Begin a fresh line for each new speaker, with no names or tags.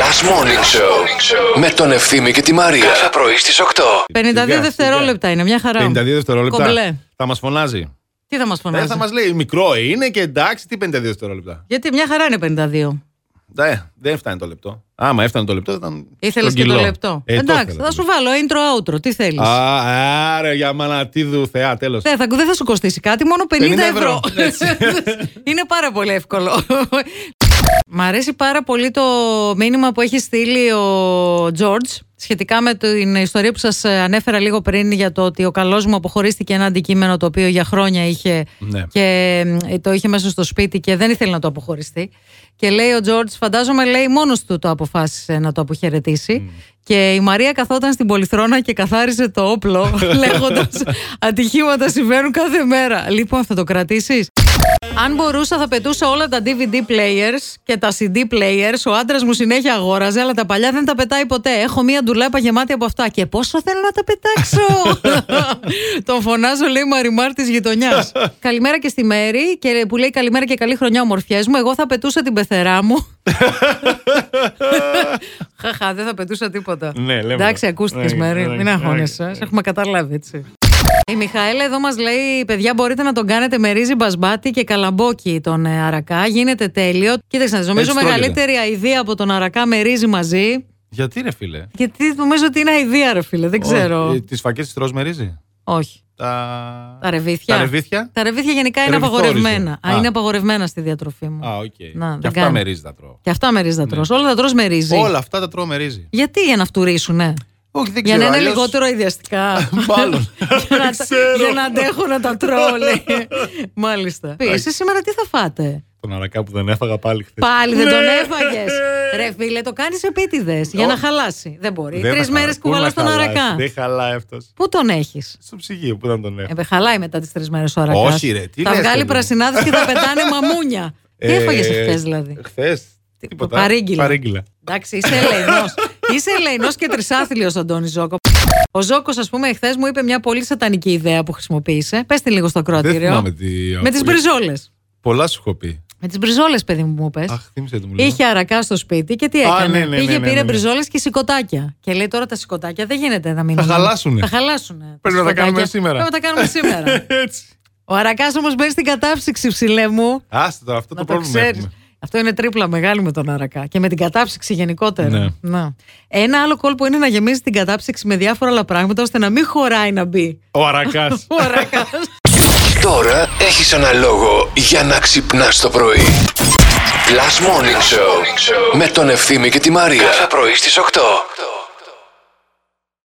Last Morning Show με τον Ευθύμη και τη Μαρία. Κάθε πρωί στις 8.
52
Σιγά,
δευτερόλεπτα είναι, μια χαρά.
52 δευτερόλεπτα.
Κομπλέ.
Θα μας φωνάζει.
Τι θα μας
Δεν
φωνάζει.
θα μας λέει μικρό είναι και εντάξει, τι 52 δευτερόλεπτα.
Γιατί μια χαρά είναι 52.
Ε, δεν φτάνει το λεπτό. Άμα έφτανε το λεπτό, θα ήταν.
Ήθελες και
στρογγυλό.
το λεπτό.
Ε, το
Εντάξει,
ήθελα
θα
το
σου βάλω intro outro. Τι θέλεις.
λεπτό. Α, άρα για μανατίδου θεά, τέλος.
Δεν θα, δεν θα σου κοστίσει κάτι, μόνο 50,
50
ευρώ.
ευρώ. Έτσι.
είναι πάρα πολύ εύκολο. Μ' αρέσει πάρα πολύ το μήνυμα που έχει στείλει ο Τζόρτζ σχετικά με την ιστορία που σας ε, ανέφερα λίγο πριν για το ότι ο καλός μου αποχωρίστηκε ένα αντικείμενο το οποίο για χρόνια είχε
Ναι.
και ε, το είχε μέσα στο σπίτι και δεν ήθελε να το αποχωριστεί. Και λέει ο Τζόρτζ, φαντάζομαι, λέει μόνος του το αποφάσισε να το αποχαιρετήσει. Και η Μαρία καθόταν στην πολυθρόνα και καθάρισε το όπλο, λέγοντας Ατυχήματα συμβαίνουν κάθε μέρα. Λοιπόν, θα το κρατήσεις. Αν μπορούσα, θα πετούσα όλα τα DVD players και τα CD players. Ο άντρας μου συνέχεια αγόραζε, αλλά τα παλιά δεν τα πετάει ποτέ. Έχω μία ντουλάπα γεμάτη από αυτά. Και πόσο θέλω να τα πετάξω! Τον φωνάζω, λέει Μαριμάρ της γειτονιάς. καλημέρα και στη Μέρη, και που λέει Καλημέρα και καλή χρονιά, ομορφιές μου. Εγώ θα πετούσα την πεθερά μου. Χαχά, δεν θα πετούσα τίποτα.
Ναι, λέμε.
Εντάξει, ακούστηκε,
Ναι,
Μέρη.
ναι,
Μην
ναι.
αγχώνεσαι. Σε έχουμε καταλάβει, έτσι. Η Μιχαέλα εδώ μας λέει: Παιδιά, μπορείτε να τον κάνετε με ρύζι μπασμπάτι και καλαμπόκι τον ε, αρακά. Γίνεται τέλειο. Κοίταξε, να δεις, νομίζω
τρώγεται.
μεγαλύτερη αηδία από τον αρακά με ρύζι μαζί.
Γιατί ρε φίλε. Ε,
Γιατί νομίζω ότι είναι αηδία, ρε φίλε. Δεν ξέρω.
Τις φακές της τρώω με ρύζι.
Όχι.
Τα.
Τα ρεβίθια.
Τα ρεβίθια.
Τα ρεβίθια γενικά είναι
Ρεβιθόριζε.
απαγορευμένα. Α,
Α.
είναι απαγορευμένα στη διατροφή μου.
Α, οκ.
Να, δεν
Και αυτά
κάνω.
με ρύζι τα τρώω.
Και αυτά με ρύζι θα τρως. Όλα τα τρως με ρύζι.
Όλα αυτά τα τρώω με ρύζι.
Γιατί για να φτουρίσουνε.
Όχι, δεν
Για
ξέρω.
να είναι
αλλιώς-
λιγότερο ιδιαστικά.
Μάλλον.
για, να,
Δεν ξέρω.
για να αντέχω να τα τρώω, λέει. Μάλιστα. Ε, Εσείς σήμερα τι θα φάτε.
Τον αρακά που δεν έφαγα πάλι Ναι. χθες.
Πάλι δεν τον έφαγες. Ρε φίλε, το κάνεις επίτηδες για να χαλάσει. Δεν μπορεί. Τρεις μέρες κουβαλά τον αρακά.
Δεν χαλάει αυτός.
Πού τον έχεις.
Στο ψυγείο που να τον έχω.
Ε, χαλάει μετά τις τρεις μέρες ο αρακάς.
Όχι, ρε, τι
Θα
λες,
βγάλει
παιδί μου.
πρασινάδες και θα πετάνε μαμούνια. Ε, Τι έφαγε χθε δηλαδή.
Χθες. Ε, Τίποτα.
παρήγγυλα.
Παρήγγυλα.
Εντάξει, είσαι ελεηνός. είσαι ελεηνός και τρισάθλιος, Αντώνη Ζόκο. Ο Ζόκο, ας πούμε, εχθές μου είπε μια πολύ σατανική ιδέα που χρησιμοποίησε. Πες τη λίγο στο
Δεν
ακροατήριο.
θυμάμαι τι.
Με τις μπριζόλες.
Πολλά σου έχω πει.
Με τις μπριζόλες, παιδί μου, μου πες.
Αχ, θύμισε το μου.
Είχε αρακά στο σπίτι και τι
Α,
έκανε.
ναι, ναι, ναι,
Πήγε,
ναι, ναι,
πήρε
ναι.
μπριζόλες και σηκωτάκια. Και λέει τώρα τα σηκωτάκια δεν γίνεται να μην.
Θα χαλάσουνε.
Θα χαλάσουνε.
Πρέπει να τα
σηκωτάκια.
κάνουμε σήμερα.
Πρέπει να τα κάνουμε σήμερα.
Έτσι.
Ο αρακάς όμως μπαίνει στην κατάψυξη, ψηλέ μου.
Άστε τώρα, αυτό
Να
το
το
πρόβλημα
ξέρεις.
έχουμε.
Αυτό είναι τρίπλα μεγάλη με τον αρακά και με την κατάψυξη γενικότερα.
Ναι.
Να. Ένα άλλο κόλπο είναι να γεμίζει την κατάψυξη με διάφορα άλλα πράγματα ώστε να μην χωράει να μπει.
Ο αρακάς.
Ο αρακάς.
Τώρα έχεις ένα λόγο για να ξυπνάς το πρωί. Last Morning Show με τον Ευθύμη και τη Μαρία. Κάθε πρωί στις 8.